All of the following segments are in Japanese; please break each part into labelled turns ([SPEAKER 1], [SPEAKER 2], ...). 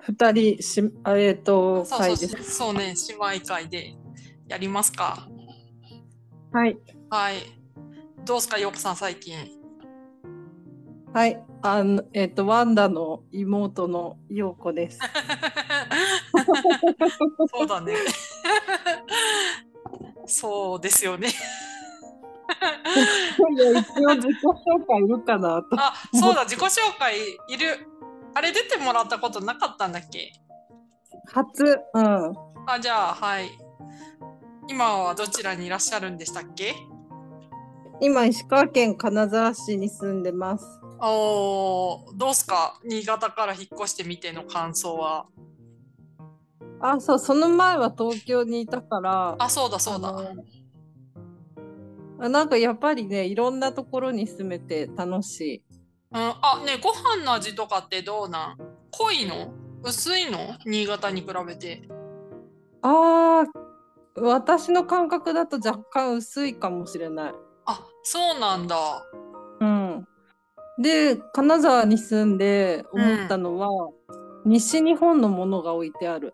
[SPEAKER 1] 二人し、えっ、と、
[SPEAKER 2] そう
[SPEAKER 1] 会
[SPEAKER 2] そう
[SPEAKER 1] です。
[SPEAKER 2] そうね、姉妹会でやりますか。
[SPEAKER 1] はい。
[SPEAKER 2] はい。どうですか、ようこさん、最近。
[SPEAKER 1] はい。あの、えっ、と、ワンダの妹の陽子です。
[SPEAKER 2] そうだね。 そうですよね。
[SPEAKER 1] いや、一応自己紹介いるかなと。
[SPEAKER 2] あ、そうだ、自己紹介いる。あれ出てもらったことなかったんだっけ
[SPEAKER 1] 初、うん。
[SPEAKER 2] あ、じゃあ、はい。今はどちらにいらっしゃるんでしたっけ
[SPEAKER 1] 今、石川県金沢市に住んでます。
[SPEAKER 2] おーどうすか新潟から引っ越してみての感想は。
[SPEAKER 1] あ、そう、その前は東京にいたから、
[SPEAKER 2] あ、そうだそうだ。
[SPEAKER 1] ああなんかやっぱりね、いろんなところに住めて楽しい。
[SPEAKER 2] うん、あねご飯の味とかってどうなん濃いの薄いの新潟に比べて。
[SPEAKER 1] あー、私の感覚だと若干薄いかもしれない。
[SPEAKER 2] あそうなんだ。
[SPEAKER 1] うん。で、金沢に住んで思ったのは、西日本のものが置いてある。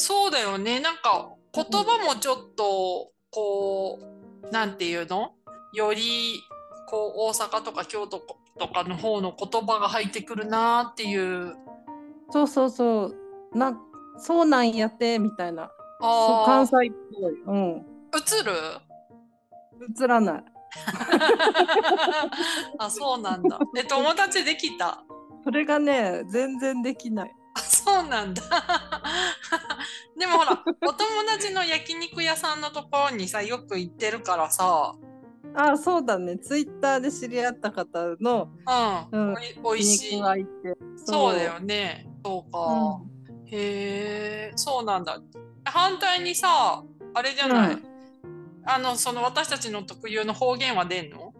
[SPEAKER 2] そうだよねなんか言葉もちょっとこうなんていうのよりこう大阪とか京都とかの方の言葉が入ってくるなーっていう。
[SPEAKER 1] そうそうそう。なんそうなんやて、みたいな。そう
[SPEAKER 2] あ
[SPEAKER 1] 関
[SPEAKER 2] ー
[SPEAKER 1] 西っぽい。うん。
[SPEAKER 2] 映る
[SPEAKER 1] 映らない。
[SPEAKER 2] あそうなんだ。え友達できた
[SPEAKER 1] それがね、全然できない。
[SPEAKER 2] あそうなんだ。 でもほら、お友達の焼肉屋さんのところにさ、よく行ってるからさ、
[SPEAKER 1] あー、そうだね。ツイッターで知り合った方の
[SPEAKER 2] うん、
[SPEAKER 1] うん
[SPEAKER 2] おいおいし
[SPEAKER 1] 肉
[SPEAKER 2] い。
[SPEAKER 1] がいて。
[SPEAKER 2] そうだよね。そうか。
[SPEAKER 1] う
[SPEAKER 2] へえ、そうなんだ。反対にさ、あれじゃない、
[SPEAKER 1] はい
[SPEAKER 2] あの、その私たちの特有の方言は出んの
[SPEAKER 1] ん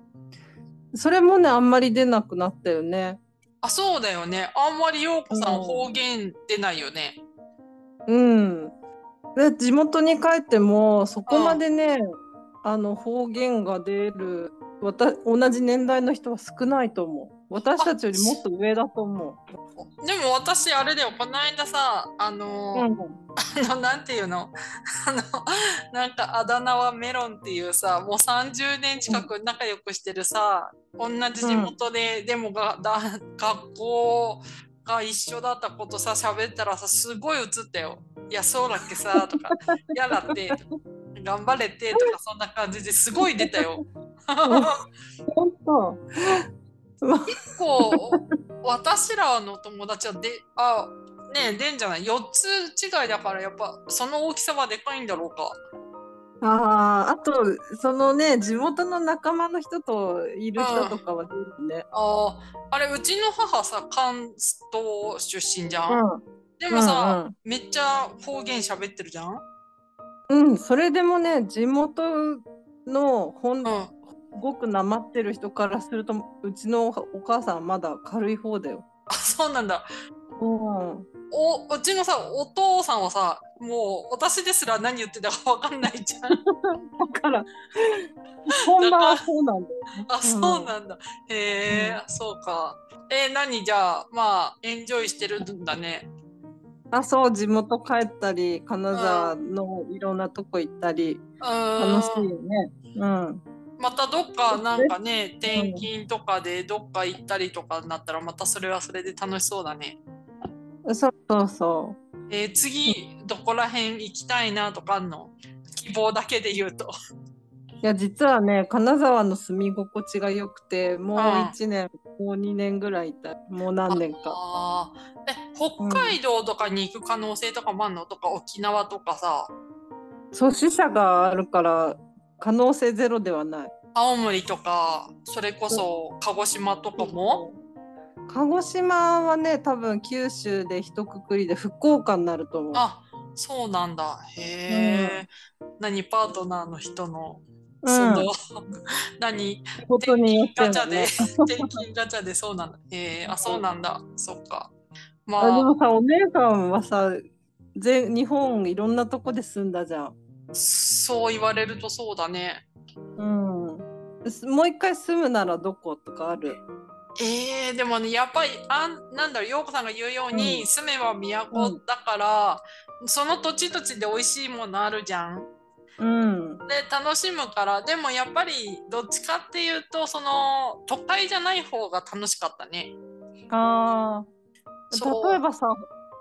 [SPEAKER 1] それもねあんまり出なくなったよね。
[SPEAKER 2] あ、そうだよね。あんまりようこさん
[SPEAKER 1] うん
[SPEAKER 2] 方言出ないよね。
[SPEAKER 1] うん。で地元に帰ってもそこまでね、あの方言が出るわた同じ年代の人は少ないと思う。私たちよりもっと上だと思う。
[SPEAKER 2] でも私、あれだよ、この間さ、あのー
[SPEAKER 1] うん、
[SPEAKER 2] あの、なんていうの あの、なんかあだ名はメロンっていうさ、もう30年近く仲良くしてるさ、同じ地元で、でもがだ学校が一緒だったことさ、喋ったらさ、すごい映ったよ。いや、そうだっけさ、とか、やだって、頑張れて、とか、そんな感じですごい出たよ。
[SPEAKER 1] 本当。
[SPEAKER 2] 結構、私らの友達はで、あ、ねえ、でんじゃない。4つ違いだから、やっぱ、その大きさはでかいんだろうか。
[SPEAKER 1] あああとそのね地元の仲間の人といる人とかは出るね。
[SPEAKER 2] ああ、あれ、うちの母さ、関東出身じゃん。で
[SPEAKER 1] で
[SPEAKER 2] もさ、、めっちゃ方言喋ってるじゃん。
[SPEAKER 1] うんうん、うんそれでもね地元の本
[SPEAKER 2] うん。あ
[SPEAKER 1] すごくなまってる人からするとうちのお母さんはまだ軽い方だよ。
[SPEAKER 2] そうなんだ。
[SPEAKER 1] うん、
[SPEAKER 2] お、うちのさ、お父さんはさ、もう私ですら何言ってたかわかんないじゃん。
[SPEAKER 1] だから本番はそうなんだよ。
[SPEAKER 2] あ、そうなんだ。へえ、そうか。えー、何じゃあ、まあ、エンジョイしてるんだね。
[SPEAKER 1] あそう地元帰ったり金沢のいろんなとこ行ったり
[SPEAKER 2] うん。
[SPEAKER 1] 楽しいよね。うん、
[SPEAKER 2] またどっかなんかね、転勤とかでどっか行ったりとかになったら、またそれはそれで楽しそうだね。
[SPEAKER 1] そうそうそ
[SPEAKER 2] えー次どこら辺行きたいなとかあんの希望だけで言うと。
[SPEAKER 1] う。いや実はね金沢の住み心地が良くてもう
[SPEAKER 2] ああ
[SPEAKER 1] 1年もう2年ぐらいいたもう何年か。
[SPEAKER 2] あーえ北海道とかに行く可能性とかもあんのとか沖縄とかさ
[SPEAKER 1] そう死者があるから可能性ゼロではない。
[SPEAKER 2] 青森とかそれこそ鹿児島とかも
[SPEAKER 1] 鹿児島はね多分九州で一括りで福岡になると思う
[SPEAKER 2] あそうなんだへえ、何パートナーの人の
[SPEAKER 1] うん
[SPEAKER 2] その、 何
[SPEAKER 1] ことによって
[SPEAKER 2] ガ
[SPEAKER 1] は
[SPEAKER 2] チャで
[SPEAKER 1] ね
[SPEAKER 2] 転勤ガチャでそうなんだへえあそうなんだそっかま
[SPEAKER 1] あで
[SPEAKER 2] あ
[SPEAKER 1] もさお姉さんはさ全日本いろんなとこで住んだじゃん、
[SPEAKER 2] そう言われるとそうだね
[SPEAKER 1] うん、すもう一回住むならどことかある
[SPEAKER 2] えー、でもねやっぱりあんなんだろう陽子さんが言うように、
[SPEAKER 1] うん
[SPEAKER 2] 住めば都だから、その土地土地で美味しいものあるじゃん。
[SPEAKER 1] うん。
[SPEAKER 2] で楽しむからでもやっぱりどっちかっていうとその都会じゃない方が楽しかったね。
[SPEAKER 1] あ
[SPEAKER 2] そ
[SPEAKER 1] あ。
[SPEAKER 2] う
[SPEAKER 1] 例えばさ、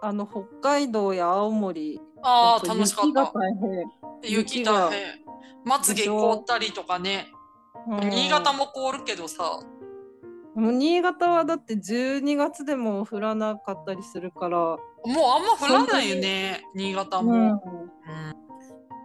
[SPEAKER 1] あの北海道や青森。
[SPEAKER 2] ああ
[SPEAKER 1] だと
[SPEAKER 2] 楽しかった
[SPEAKER 1] 雪が。大変。
[SPEAKER 2] 雪
[SPEAKER 1] 雪
[SPEAKER 2] だ
[SPEAKER 1] が
[SPEAKER 2] ね。まつげ
[SPEAKER 1] でし
[SPEAKER 2] 凍
[SPEAKER 1] ょ
[SPEAKER 2] ったりとかね。
[SPEAKER 1] うん
[SPEAKER 2] 新潟。も凍るけどさ。
[SPEAKER 1] もう新潟はだって12月でも降らなかったりするから。
[SPEAKER 2] もうあんま降らないよね。新潟も。
[SPEAKER 1] うん。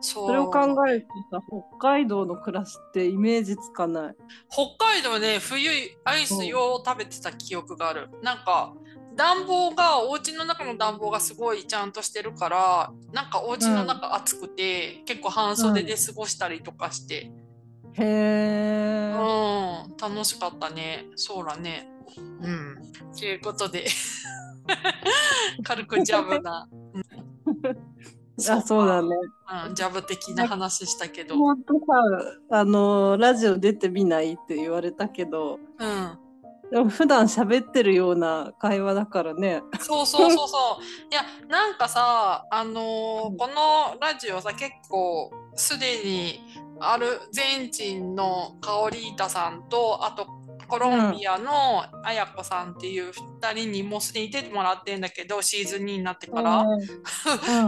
[SPEAKER 2] そう
[SPEAKER 1] それを考えるとさ、北海道の暮らしってイメージつかない。
[SPEAKER 2] 北海道ね冬アイスよう食べてた記憶があるなんか暖房がお家の中の暖房がすごいちゃんとしてるからなんかお家の中暑くて、結構半袖で過ごしたりとかして
[SPEAKER 1] へ
[SPEAKER 2] う
[SPEAKER 1] え。
[SPEAKER 2] ん、楽しかったねそうだねうんということで 軽くジャブな、うん
[SPEAKER 1] あ、そうだね。
[SPEAKER 2] うん、ジャブ的な話したけど、うん、
[SPEAKER 1] 本当さ、あのラジオ出てみないって言われたけど、でも普段喋ってるような会話だからね。
[SPEAKER 2] そうそうそうそう。いや、なんかさ、あのー
[SPEAKER 1] うん
[SPEAKER 2] このラジオさ、結構すでにアルゼンチンのカオリータさんと、あとコロンビアのあやこさんっていう2人にもうすでに出てもらってんだけど、シーズン2になってから。
[SPEAKER 1] うん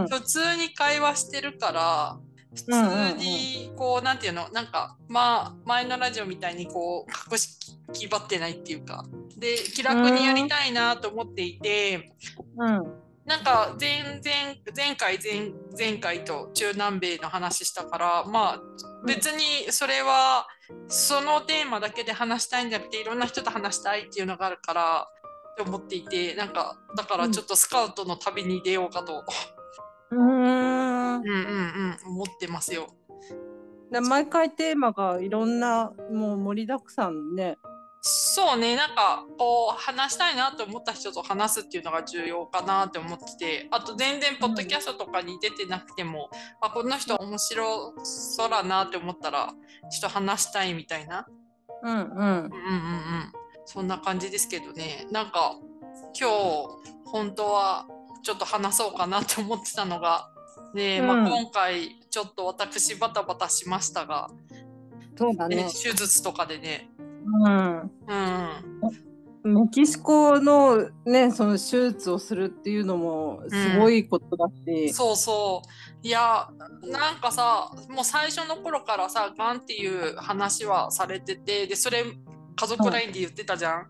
[SPEAKER 2] 普通に会話してるから普通にこうなんていうのなんかまあ前のラジオみたいにこう隠し気張ってないっていうかで気楽にやりたいなと思っていて
[SPEAKER 1] うん
[SPEAKER 2] なんか前前前回前前回と中南米の話したからまあ別にそれはそのテーマだけで話したいんじゃなくていろんな人と話したいっていうのがあるからって思っていてなんかだからちょっとスカウトの旅に出ようかと
[SPEAKER 1] うん。う
[SPEAKER 2] う
[SPEAKER 1] ーん
[SPEAKER 2] んうんうん、 思ってますよ。
[SPEAKER 1] で毎回テーマがいろんなもう盛りだくさんね。
[SPEAKER 2] そうね、なんかこう話したいなと思った人と話すっていうのが重要かなって思ってて、あと全然ポッドキャストとかに出てなくても、あこの人面白そうだなって思ったら、ちょっと話したいみたいな。
[SPEAKER 1] うんうん
[SPEAKER 2] うんうんうんうん、そんな感じですけどね、なんか今日本当はちょっと話そうかなって思ってたのが、ねまあ
[SPEAKER 1] うん
[SPEAKER 2] 今回ちょっと私バタバタしましたが、
[SPEAKER 1] そうだ
[SPEAKER 2] ね、手術とかでね。
[SPEAKER 1] うん。
[SPEAKER 2] うん、
[SPEAKER 1] メキシコのねその手術をするっていうのもすごいことだし。
[SPEAKER 2] そうそういやなんかさもう最初の頃からさがんっていう話はされててでそれ家族ラインで言ってたじゃん、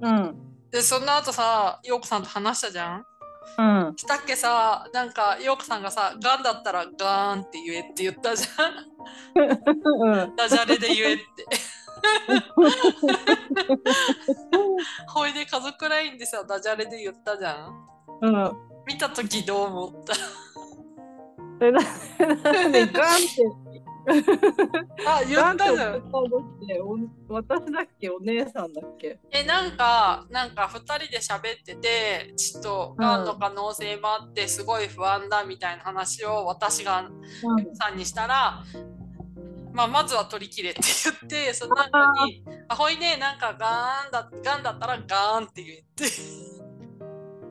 [SPEAKER 1] うん
[SPEAKER 2] でその後さ陽子さんと話したじゃん
[SPEAKER 1] うん。
[SPEAKER 2] したっけさなんか陽子さんがさがんだったらがんって言えって言ったじゃん
[SPEAKER 1] うん
[SPEAKER 2] ダジャレで言えって ほいで家族ラインでさダジャレで言ったじゃん
[SPEAKER 1] うん。
[SPEAKER 2] 見た時どう思った
[SPEAKER 1] え、な、なんで、ガンって、
[SPEAKER 2] あ言
[SPEAKER 1] ガン
[SPEAKER 2] ったじゃん
[SPEAKER 1] って送ったのって、お私だっけ、お姉さんだっけ。
[SPEAKER 2] えなんかなんか2人で喋っててちょっとがんの可能性もあってすごい不安だみたいな話を私がさんにしたら、まあ、まずは取り切れって言ってその後に「あほいねなんかがんだがんだったらがん」って言って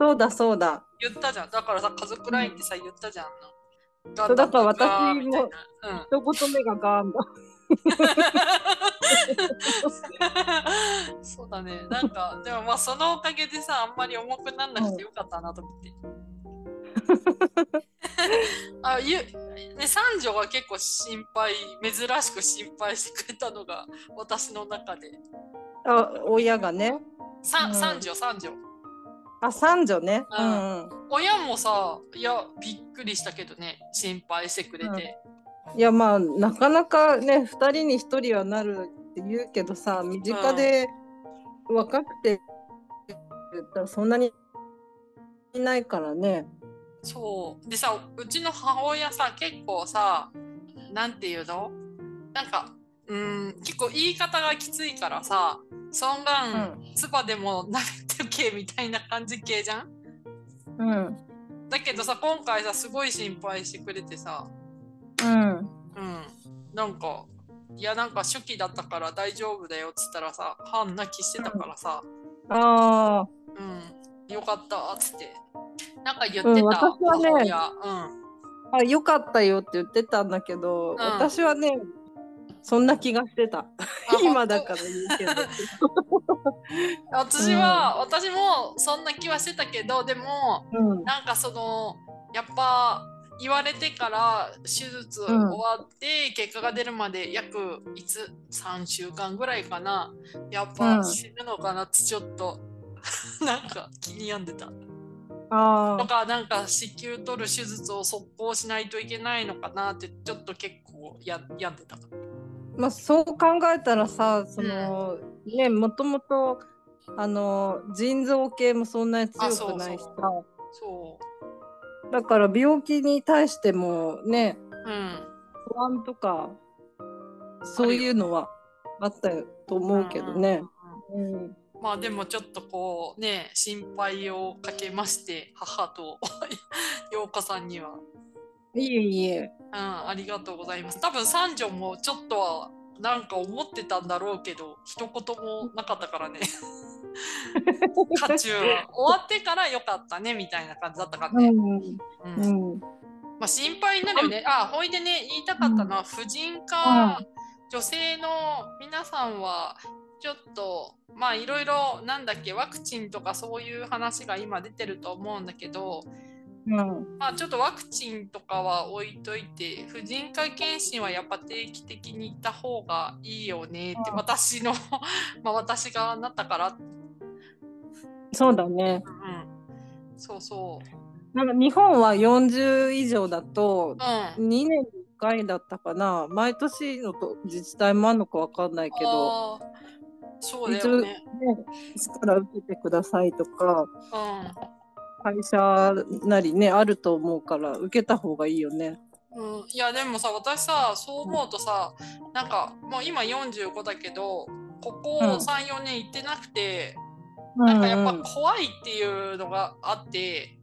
[SPEAKER 1] そうだ、そうだ。
[SPEAKER 2] 言ったじゃんだからさ家族ラインってさ言ったじゃん。が
[SPEAKER 1] そ
[SPEAKER 2] ん
[SPEAKER 1] うだ
[SPEAKER 2] った
[SPEAKER 1] から
[SPEAKER 2] ら
[SPEAKER 1] 私
[SPEAKER 2] がんみたい
[SPEAKER 1] も
[SPEAKER 2] なうん
[SPEAKER 1] 一言目がガンだ。
[SPEAKER 2] そうだねなんかでもまあそのおかげでさあんまり重くなんなくてよかったなと思って。 あゆね三女が結構心配珍しく心配してくれたのが私の中で
[SPEAKER 1] あ、親がね。
[SPEAKER 2] さ
[SPEAKER 1] うん
[SPEAKER 2] 三女三女
[SPEAKER 1] あ、三女ね。
[SPEAKER 2] う
[SPEAKER 1] うんん、うん。
[SPEAKER 2] 親もさいやびっくりしたけどね心配してくれて、
[SPEAKER 1] いや、まあ、なかなかね、二人に一人はなるって言うけどさ、身近で。分かって。そんなに。いないからね。
[SPEAKER 2] そうでさうちの母親さ結構さなんていうのなんかうーん結構言い方がきついからさ「そんがん唾でも舐めてけ」みたいな感じ系じゃん
[SPEAKER 1] うん。うん。
[SPEAKER 2] だけどさ今回さすごい心配してくれてさ
[SPEAKER 1] うん。
[SPEAKER 2] うんなんかいやなんか初期だったから大丈夫だよっつったらさ半泣きしてたからさ
[SPEAKER 1] ああ、
[SPEAKER 2] うんよかったっつってなんか言ってた、
[SPEAKER 1] うん私はね
[SPEAKER 2] 母親うん
[SPEAKER 1] あよかったよって言ってたんだけど、私はねそんな気がしてた今だから言うけど
[SPEAKER 2] 私は、私もそんな気はしてたけどでも
[SPEAKER 1] うん
[SPEAKER 2] なんかそのやっぱ言われてから手術終わって結果が出るまで約いつ3週間ぐらいかなやっ
[SPEAKER 1] う
[SPEAKER 2] ぱ
[SPEAKER 1] ん
[SPEAKER 2] 死ぬのかなってちょっと なんか気に病んでたと
[SPEAKER 1] あ
[SPEAKER 2] かなんか子宮取る手術を速攻しないといけないのかなってちょっと結構や病んでた
[SPEAKER 1] ーまあそう考えたらさその、ねもともとあの腎臓系もそんなに強くないしさ
[SPEAKER 2] あそうそ
[SPEAKER 1] だから病気に対してもね
[SPEAKER 2] ううん
[SPEAKER 1] 不安とかそういうのはあったと思うけどね。うん
[SPEAKER 2] まあでもちょっとこうね心配をかけまして母と 陽子さんには、
[SPEAKER 1] いえいえ。
[SPEAKER 2] うん、ありがとうございます多分三女もちょっとはなんか思ってたんだろうけど一言もなかったから ね家中は終わってからよかったねみたいな感じだったから
[SPEAKER 1] う
[SPEAKER 2] ね、
[SPEAKER 1] ん
[SPEAKER 2] うん
[SPEAKER 1] うん
[SPEAKER 2] まあ、心配になるよねあほいでね言いたかったのは婦人科、女性の皆さんはちょっとまあいろいろなんだっけワクチンとかそういう話が今出てると思うんだけど、
[SPEAKER 1] うん
[SPEAKER 2] まあ、ちょっとワクチンとかは置いといて婦人科検診はやっぱ定期的に行った方がいいよねって
[SPEAKER 1] うん
[SPEAKER 2] 私の まあ私がなったから、
[SPEAKER 1] そうだね。
[SPEAKER 2] うん、そうそう、
[SPEAKER 1] なんか日本は40以上だと
[SPEAKER 2] うん、
[SPEAKER 1] 2年に1回だったかな毎年のと自治体もあるのかわかんないけど、
[SPEAKER 2] あーそうだよね、
[SPEAKER 1] ね、力受けてくださいとか
[SPEAKER 2] うん
[SPEAKER 1] 会社なりねあると思うから受けた方がいいよね。
[SPEAKER 2] うん、いやでもさ私さそう思うとさなんかもう今45だけどここ
[SPEAKER 1] うん
[SPEAKER 2] 34年行ってなくて、
[SPEAKER 1] な
[SPEAKER 2] なんかやっぱ怖いっていうのがあって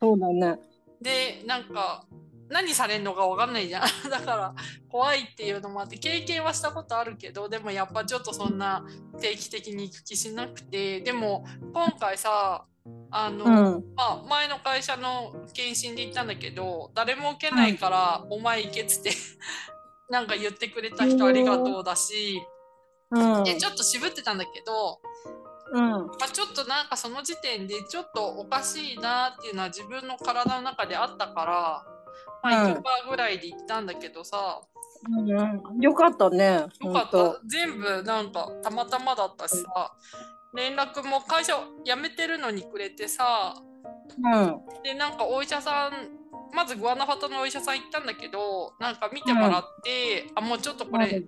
[SPEAKER 1] そうだね。
[SPEAKER 2] でなんか何されんのか分かんないじゃん だから怖いっていうのもあって経験はしたことあるけどでもやっぱちょっとそんな定期的に行く気しなくてでも今回さあの、
[SPEAKER 1] うん。
[SPEAKER 2] まあ、前の会社の検診で行ったんだけど誰も受けないから「お前行け」っつって なんか言ってくれた人ありがとうだし、
[SPEAKER 1] うん。
[SPEAKER 2] でちょっと渋ってたんだけど、
[SPEAKER 1] うん。
[SPEAKER 2] まあ、ちょっとなんかその時点でちょっとおかしいなっていうのは自分の体の中であったから、まあ、
[SPEAKER 1] うん
[SPEAKER 2] 1%ぐらいで行ったんだけどさ、
[SPEAKER 1] うんよかったね。
[SPEAKER 2] よかっ
[SPEAKER 1] ほんと
[SPEAKER 2] た全部なんかたまたまだったしさ連絡も会社辞めてるのにくれてさ
[SPEAKER 1] うん。
[SPEAKER 2] でなんかお医者さんまずグアナファタのお医者さん行ったんだけどなんか見てもらって、あもうちょっとこれ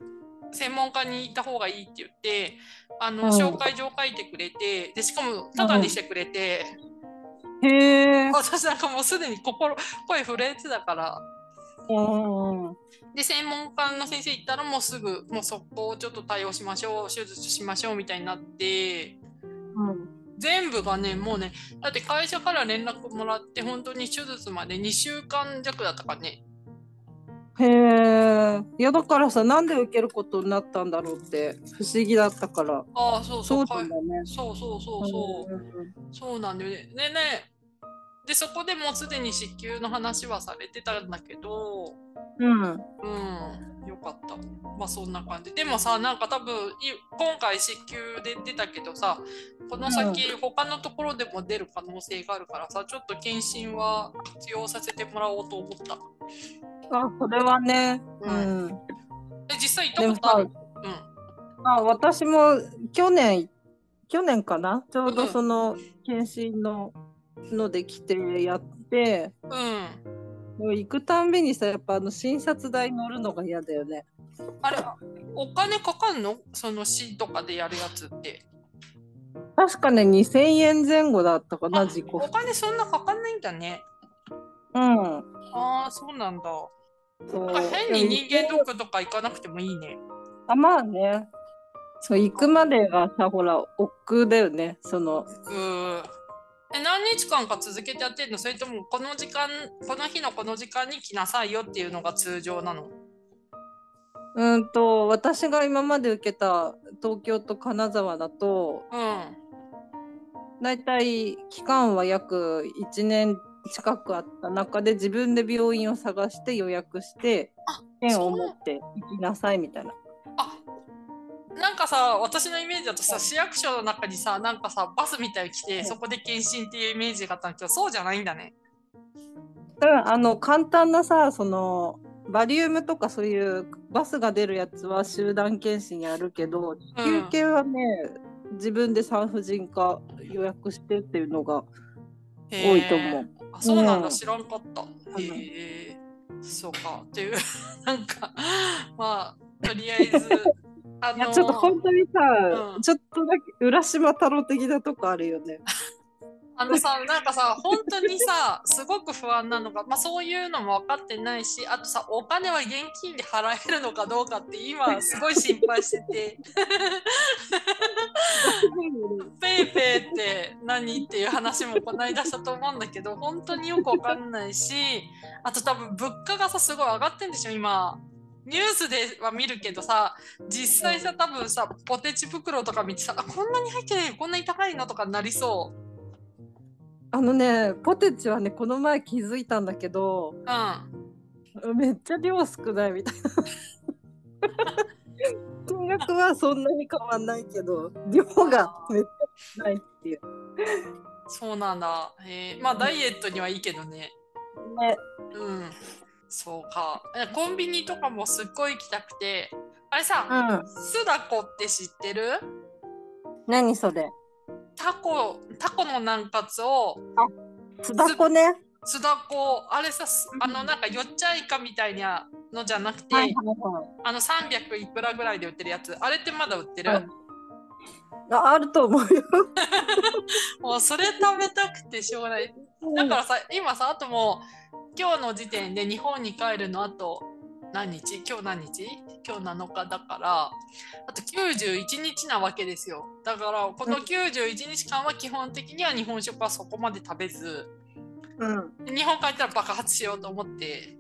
[SPEAKER 2] 専門家に行った方がいいって言ってあの、
[SPEAKER 1] うん
[SPEAKER 2] 紹介状書いてくれてでしかもタダにしてくれて、
[SPEAKER 1] へえ。
[SPEAKER 2] 私なんかもうすでに心声震えてたから
[SPEAKER 1] うんうん
[SPEAKER 2] で専門家の先生行ったらもうすぐもう速攻ちょっと対応しましょう手術しましょうみたいになって
[SPEAKER 1] うん。
[SPEAKER 2] 全部がねもうねだって会社から連絡もらって本当に手術まで2週間弱だったからね
[SPEAKER 1] へえ。いやだからさ、なんで受けることになったんだろうって不思議だったから。
[SPEAKER 2] ああそうそ
[SPEAKER 1] そううなんだね。
[SPEAKER 2] そうそうそうそう、そうなんだよね。でねでそこでもうすでに子宮の話はされてたんだけど
[SPEAKER 1] うん。うん。
[SPEAKER 2] うんよかったまあそんな感じでもさなんか多分い今回子宮で出たけどさこの先他のところでも出る可能性があるからさちょっと検診は活用させてもらおうと思った
[SPEAKER 1] あ、それはね。
[SPEAKER 2] う
[SPEAKER 1] うんん。
[SPEAKER 2] で実際行
[SPEAKER 1] で
[SPEAKER 2] っ
[SPEAKER 1] も
[SPEAKER 2] たことあ
[SPEAKER 1] さ
[SPEAKER 2] る、うん
[SPEAKER 1] あ、私も去年、去年かなちょうどその検診のので来てやって、
[SPEAKER 2] うん
[SPEAKER 1] もう行くたんびにさ、やっぱあの診察台乗るのが嫌だよね。
[SPEAKER 2] あれお金かかんのその市とかでやるやつって
[SPEAKER 1] 確かね、2000円前後だったかな、
[SPEAKER 2] あ
[SPEAKER 1] 自己負
[SPEAKER 2] お金そんなかかんないんだね
[SPEAKER 1] うん。
[SPEAKER 2] ああそうなんだ
[SPEAKER 1] そう
[SPEAKER 2] なんか変に人間ドックとか行かなくてもいいね。
[SPEAKER 1] あまあねそう行くまでがさほら億劫だよねその
[SPEAKER 2] うーえ何日間か続けてやってんのそれともこの時間この日のこの時間に来なさいよっていうのが通常なの
[SPEAKER 1] うんと私が今まで受けた東京と金沢だと
[SPEAKER 2] うん。
[SPEAKER 1] 大体期間は約1年近くあった中で自分で病院を探して予約して
[SPEAKER 2] あ
[SPEAKER 1] 券を持って行きなさいみたいな。
[SPEAKER 2] あなんかさ私のイメージだとさ市役所の中にさなんかさバスみたいに来てそこで検診っていうイメージがあったんだけどそうじゃないんだね。
[SPEAKER 1] うん、あの簡単なさそのバリウムとかそういうバスが出るやつは集団検診やるけど
[SPEAKER 2] うん
[SPEAKER 1] 休憩はね、自分で産婦人科予約してっていうのが
[SPEAKER 2] へー
[SPEAKER 1] 多いと思う。
[SPEAKER 2] あそうなんだ、
[SPEAKER 1] うん
[SPEAKER 2] 知らんかった。
[SPEAKER 1] ん
[SPEAKER 2] へえそうかっていう なんかまあとりあえ ずあ
[SPEAKER 1] いや
[SPEAKER 2] の
[SPEAKER 1] ちょっと本当にさ、
[SPEAKER 2] うん
[SPEAKER 1] ちょっとだけ浦島太郎的なとこあるよ ね。
[SPEAKER 2] あのさなんかさ本当にさすごく不安なのが、まあ、そういうのも分かってないしあとさお金は現金で払えるのかどうかって今すごい心配しててペイペイって何っていう話もこないだしたと思うんだけ ど本当によく分かんないしあと多分物価がさすごい上がってんでしょ今。ニュースでは見るけどさ実際さ多分さポテチ袋とか見てさあこんなに入ってないこんなに高いのとかなりそう。
[SPEAKER 1] あのねポテチはねこの前気づいたんだけど
[SPEAKER 2] うん
[SPEAKER 1] めっちゃ量少ないみたいな。 金額はそんなに変わんないけど量がめっちゃ少ないっていう。
[SPEAKER 2] そうなんだ。へえまあダイエットにはいいけどね。
[SPEAKER 1] ね、
[SPEAKER 2] うん。そうか。えコンビニとかもすっごい行きたくて。あれさ、
[SPEAKER 1] うん、
[SPEAKER 2] スダコって知ってる
[SPEAKER 1] 何それ
[SPEAKER 2] タコ、タコの軟骨を、
[SPEAKER 1] つだこね。
[SPEAKER 2] スダコ、あれさ、すあの、なんかよっちゃいかみたいなのじゃなくて、
[SPEAKER 1] はいはいはい。
[SPEAKER 2] あの300いくらぐらいで売ってるやつ、あれってまだ売ってる、
[SPEAKER 1] うんああると思うよ。
[SPEAKER 2] もうそれ食べたくてしょうがない。だからさ、今さ、あともう、今日の時点で日本に帰るのあと何日今日何日今日7日だから、あと91日なわけですよ。だから、この91日間は基本的には日本食はそこまで食べず、
[SPEAKER 1] うん、
[SPEAKER 2] 日本帰ったら爆発しようと思って、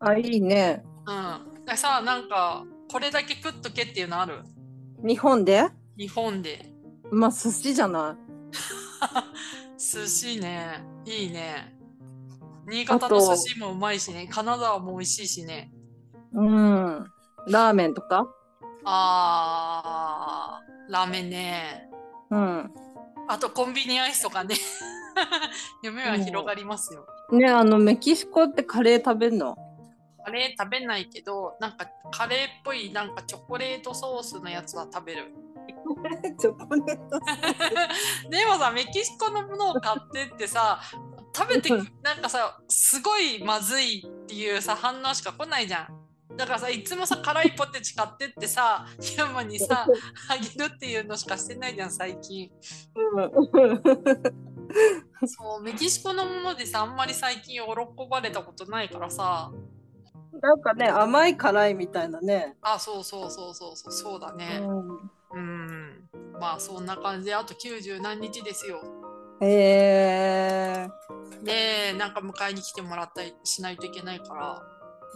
[SPEAKER 1] あいいね。
[SPEAKER 2] うん。だからさ、なんか、これだけ食っとけっていうのある
[SPEAKER 1] 日本で
[SPEAKER 2] 日本で。
[SPEAKER 1] まあ寿司じゃない。
[SPEAKER 2] 寿司ね。いいね。新潟の寿司もうまいしね。金沢も美味しいしね。
[SPEAKER 1] うん。ラーメンとか
[SPEAKER 2] あー、ラーメンね。
[SPEAKER 1] うん。
[SPEAKER 2] あとコンビニアイスとかね。 夢は広がりますよ。
[SPEAKER 1] ねあのメキシコってカレー食べんの
[SPEAKER 2] カレー食べないけど、なんかカレーっぽいなんかチョコレートソースのやつは食べる。
[SPEAKER 1] チョコレート。
[SPEAKER 2] でもさ、メキシコのものを買ってってさ、食べてなんかさ、すごいまずいっていうさ、反応しか来ないじゃん。だからさ、いつもさ、辛いポテチ買ってってさ、ヤマにさ、あげるっていうのしかしてないじゃん、最近。そうメキシコのものでさあんまり最近喜ばれたことないからさ
[SPEAKER 1] なんかね甘い辛いみたいなね。
[SPEAKER 2] あそうそうそうそうそうそうだねうんまあそんな感じであと90何日ですよ
[SPEAKER 1] へえ
[SPEAKER 2] でなんか迎えに来てもらったりしないといけないから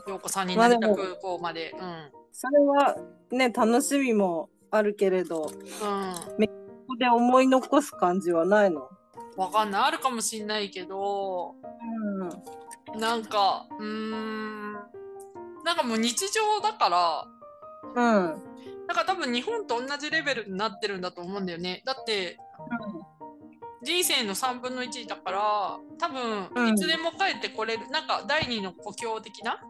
[SPEAKER 2] 陽子さんに成
[SPEAKER 1] ま
[SPEAKER 2] 田
[SPEAKER 1] あでも
[SPEAKER 2] 空港までうん
[SPEAKER 1] それはね楽しみもあるけれどこ
[SPEAKER 2] う
[SPEAKER 1] こで思い残す感じはないの、
[SPEAKER 2] んわかんないあるかもしんないけど
[SPEAKER 1] うん、
[SPEAKER 2] なんかうーんなんかもう日常だから
[SPEAKER 1] うん
[SPEAKER 2] なんか多分日本と同じレベルになってるんだと思うんだよねだって人生の3分の1だから多
[SPEAKER 1] う
[SPEAKER 2] 分
[SPEAKER 1] ん
[SPEAKER 2] いつでも帰ってこれる、なんか第二の故郷的な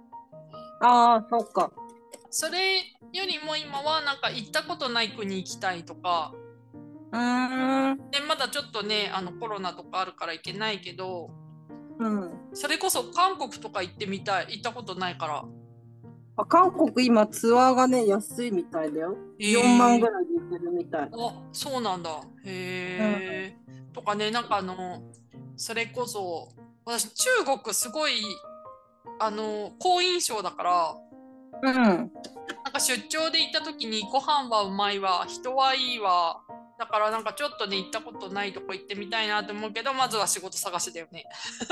[SPEAKER 1] ああそうか
[SPEAKER 2] それよりも今はなんか行ったことない国行きたいとか
[SPEAKER 1] うーん
[SPEAKER 2] でまだちょっとねあのコロナとかあるから行けないけど
[SPEAKER 1] うん
[SPEAKER 2] それこそ韓国とか行ってみたい行ったことないから
[SPEAKER 1] あ韓国今ツアーがね安いみたいだよ4万ぐらいで行けるみたい、
[SPEAKER 2] あそうなんだへえ、とかねなんかあのそれこそ私中国すごいあの好印象だから
[SPEAKER 1] うん
[SPEAKER 2] なんか出張で行った時にご飯はうまいわ人はいいわだからなんかちょっとね行ったことないとこ行ってみたいなと思うけどまずは仕事探しだよね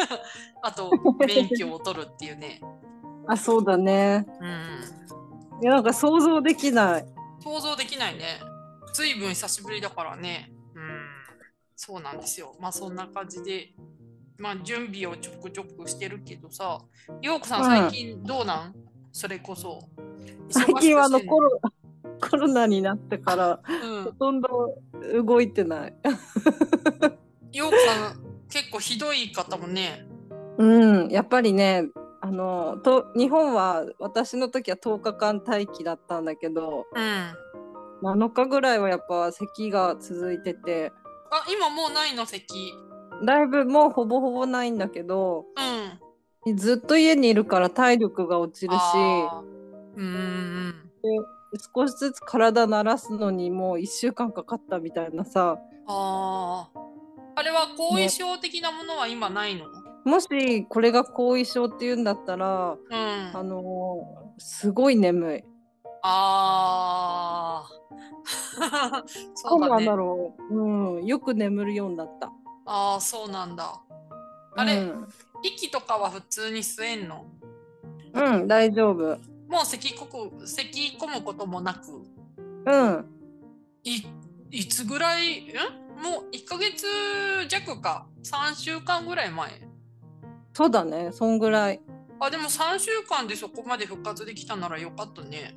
[SPEAKER 2] あと免許を取るっていうね
[SPEAKER 1] あそうだね
[SPEAKER 2] うん
[SPEAKER 1] いやなんか想像できない。
[SPEAKER 2] 想像できないね。ずいぶん久しぶりだからね。うん。そうなんですよ。まあそんな感じで、まあ準備をちょくちょくしてるけどさ、ようこさん
[SPEAKER 1] うん
[SPEAKER 2] 最近どうなん、それこそ。
[SPEAKER 1] 最近はあのコ
[SPEAKER 2] 頃
[SPEAKER 1] ロコロナになってからほとんど動いてない。
[SPEAKER 2] うん。ようこさん結構ひどい方もね。
[SPEAKER 1] うん、やっぱりね、あのと日本は私の時は10日間待機だったんだけど、
[SPEAKER 2] うん。あ
[SPEAKER 1] 7日ぐらいはやっぱ咳が続いてて、
[SPEAKER 2] 今もうないの席。
[SPEAKER 1] だいぶもうほぼほぼないんだけど、
[SPEAKER 2] うん。
[SPEAKER 1] ずっと家にいるから体力が落ちるし、
[SPEAKER 2] あーうんうん
[SPEAKER 1] 少しずつ体慣らすのにもう1週間かかったみたいなさ、
[SPEAKER 2] うん。ああ。あれは後遺症的なものは今ないの、
[SPEAKER 1] もしこれが後遺症っていうんだったら、
[SPEAKER 2] うん。
[SPEAKER 1] あのすごい眠い。
[SPEAKER 2] ああ。 そ
[SPEAKER 1] そうう
[SPEAKER 2] だ
[SPEAKER 1] なん
[SPEAKER 2] ね
[SPEAKER 1] だ。ろう。うん、よく眠るようになった。
[SPEAKER 2] ああ、そうなんだ。あれ、
[SPEAKER 1] うん
[SPEAKER 2] 息とかは普通に吸えんの
[SPEAKER 1] うん、大丈夫。
[SPEAKER 2] もう咳こく、咳込むこともなく。
[SPEAKER 1] うん。
[SPEAKER 2] い、いつぐらい、んもう1ヶ月弱か。3週間ぐらい前。
[SPEAKER 1] そうだね。そんぐらい。
[SPEAKER 2] あ、でも3週間でそこまで復活できたならよかったね。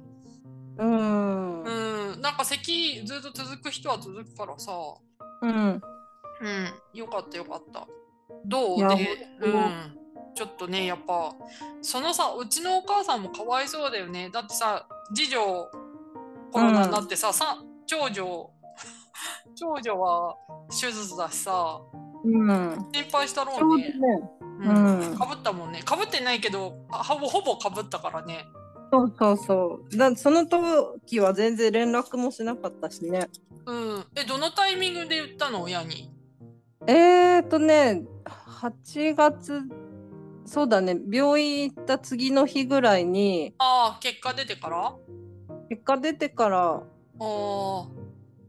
[SPEAKER 1] うん。うん。
[SPEAKER 2] うん。なんか咳ずっと続く人は続くからさ。うん、よかったよかった。どう
[SPEAKER 1] いや
[SPEAKER 2] で、う
[SPEAKER 1] ほんと
[SPEAKER 2] ん、ちょっとね、やっぱ、そのさ、うちのお母さんもかわいそうだよね。だってさ、次女、コロナになってさ、さ長女、 長女は手術だしさ、
[SPEAKER 1] うん。
[SPEAKER 2] 心配したろ
[SPEAKER 1] ちょ
[SPEAKER 2] う
[SPEAKER 1] うどね
[SPEAKER 2] ね。。
[SPEAKER 1] うん
[SPEAKER 2] かぶったもんね。かぶってないけど、あほぼほぼかぶったからね。
[SPEAKER 1] そうそうそう。だその時は全然連絡もしなかったしね。
[SPEAKER 2] うん。え、どのタイミングで言ったの親に。
[SPEAKER 1] えーとね、8月、そうだね、病院行った次の日ぐらいに、
[SPEAKER 2] ああ、結果出てからあ
[SPEAKER 1] 結果出てから、
[SPEAKER 2] あ。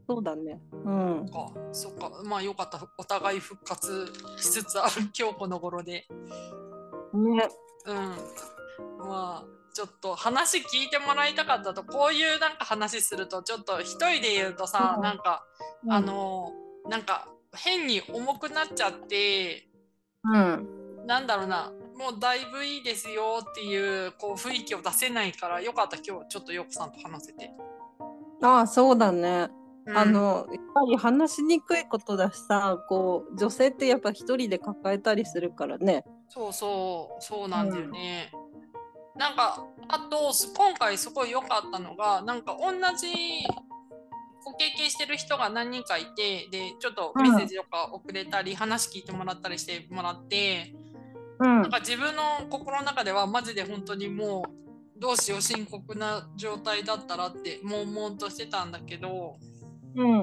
[SPEAKER 1] そうだね。うん。
[SPEAKER 2] か、そっか、まあよかった、お互い復活しつつある今日この頃で。
[SPEAKER 1] ね。
[SPEAKER 2] うん。まあ、ちょっと話聞いてもらいたかったと、こういうなんか話すると、ちょっと一人で言うとさ、
[SPEAKER 1] うん
[SPEAKER 2] なんか、あ、の、なんか変に重くなっちゃって、
[SPEAKER 1] うん。
[SPEAKER 2] なんだろうな、もうだいぶいいですよっていう、こう雰囲気を出せないから、よかった、今日ちょっとよこさんと話せて。
[SPEAKER 1] ああ、そうだね。
[SPEAKER 2] うん
[SPEAKER 1] あ、のやっぱり話しにくいことだしさこう女性ってやっぱ一人で抱えたりするからね。
[SPEAKER 2] そうそう、そうなんだよね。なんか、あと、す今回すごい良かったのが、なんか同じご経験してる人が何人かいて、で、ちょっとメッセージとか送れたり、話聞いてもらったりしてもらって、
[SPEAKER 1] う
[SPEAKER 2] な
[SPEAKER 1] ん
[SPEAKER 2] んか自分の心の中では、マジで本当にもう、どうしよう深刻な状態だったらって、悶々としてたんだけど、
[SPEAKER 1] うん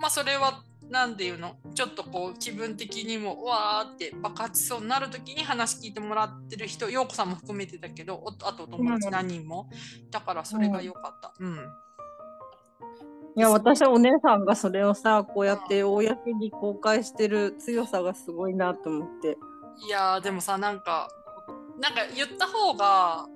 [SPEAKER 2] まあそれは何て言うのちょっとこう気分的にもうわーって爆発しそうになる時に話聞いてもらってる人陽子さんも含めてだけどおあとお友達何人も、だからそれが良かったうん、
[SPEAKER 1] いや私はお姉さんがそれをさこうやって公に公開してる強さがすごいなと思って。
[SPEAKER 2] いやーでもさなんかなんか言った方が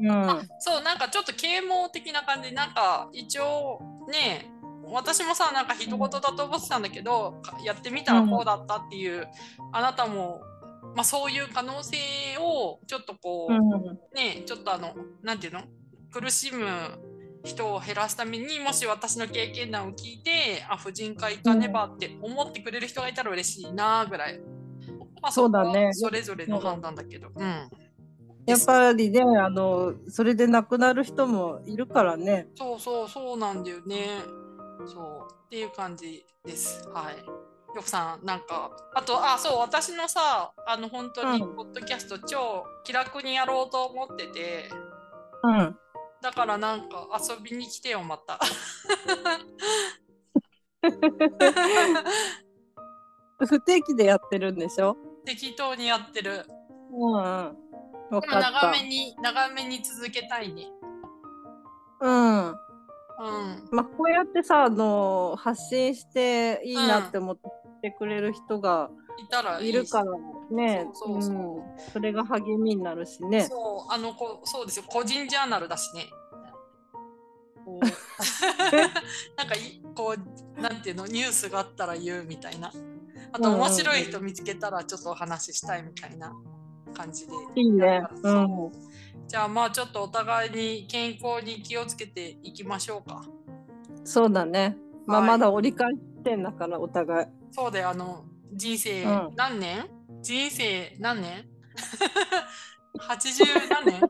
[SPEAKER 1] うん
[SPEAKER 2] そうなんかちょっと啓蒙的な感じなんか一応ね私もさなんか一言だと思ってたんだけど、かやってみたらこうだったっていう、あなたも、まあ、そういう可能性をちょっとこう、
[SPEAKER 1] うん
[SPEAKER 2] ねちょっとあのなんていうの苦しむ人を減らすためにもし私の経験談を聞いてあ婦人科行かねばって思ってくれる人がいたら嬉しいなぐらい、まあ、
[SPEAKER 1] そうだね
[SPEAKER 2] こはそれぞれの判断だけど、うん、
[SPEAKER 1] やっぱりねあのそれで亡くなる人もいるからね。
[SPEAKER 2] そうそうそうなんだよねそうっていう感じですはいよくさんなんかあとあそう私のさあの本当に
[SPEAKER 1] うん
[SPEAKER 2] ポッドキャスト超気楽にやろうと思ってて、
[SPEAKER 1] うん
[SPEAKER 2] だからなんか遊びに来てよまた。
[SPEAKER 1] 不定期でやってるんでしょ
[SPEAKER 2] 適当にやってる。
[SPEAKER 1] うんうん。
[SPEAKER 2] で
[SPEAKER 1] 分
[SPEAKER 2] も
[SPEAKER 1] かっ
[SPEAKER 2] 長
[SPEAKER 1] た。
[SPEAKER 2] めに長めに続けたいね。
[SPEAKER 1] うん。
[SPEAKER 2] うん。
[SPEAKER 1] まあ、こうやってさ、あの発信していいなって思ってくれる人が
[SPEAKER 2] いたらいい
[SPEAKER 1] いるからね、
[SPEAKER 2] そうそうそう
[SPEAKER 1] うんそれが励みになるしね。
[SPEAKER 2] そうあのこそうですよ個人ジャーナルだしね。 なんかいこうなんていうのニュースがあったら言うみたいなあと面白い人見つけたらちょっとお話ししたいみたいな感じで
[SPEAKER 1] いいね。うん。
[SPEAKER 2] じゃあまあちょっとお互いに健康に気をつけていきましょうか
[SPEAKER 1] そうだね。まあ、
[SPEAKER 2] はい
[SPEAKER 1] まだ折り返してんだから、お互い。
[SPEAKER 2] そうであの人生
[SPEAKER 1] うん
[SPEAKER 2] 何年、人生何年 80何年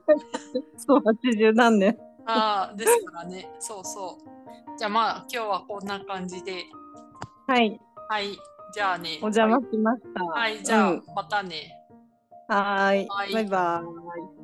[SPEAKER 1] そう、80何年。
[SPEAKER 2] ああですからねそうそうじゃあまあ今日はこんな感じで
[SPEAKER 1] はい。
[SPEAKER 2] はいじゃあね
[SPEAKER 1] お邪魔しました。
[SPEAKER 2] はい、じゃあ、
[SPEAKER 1] うん
[SPEAKER 2] またね
[SPEAKER 1] はーい
[SPEAKER 2] はい
[SPEAKER 1] バイバーイ。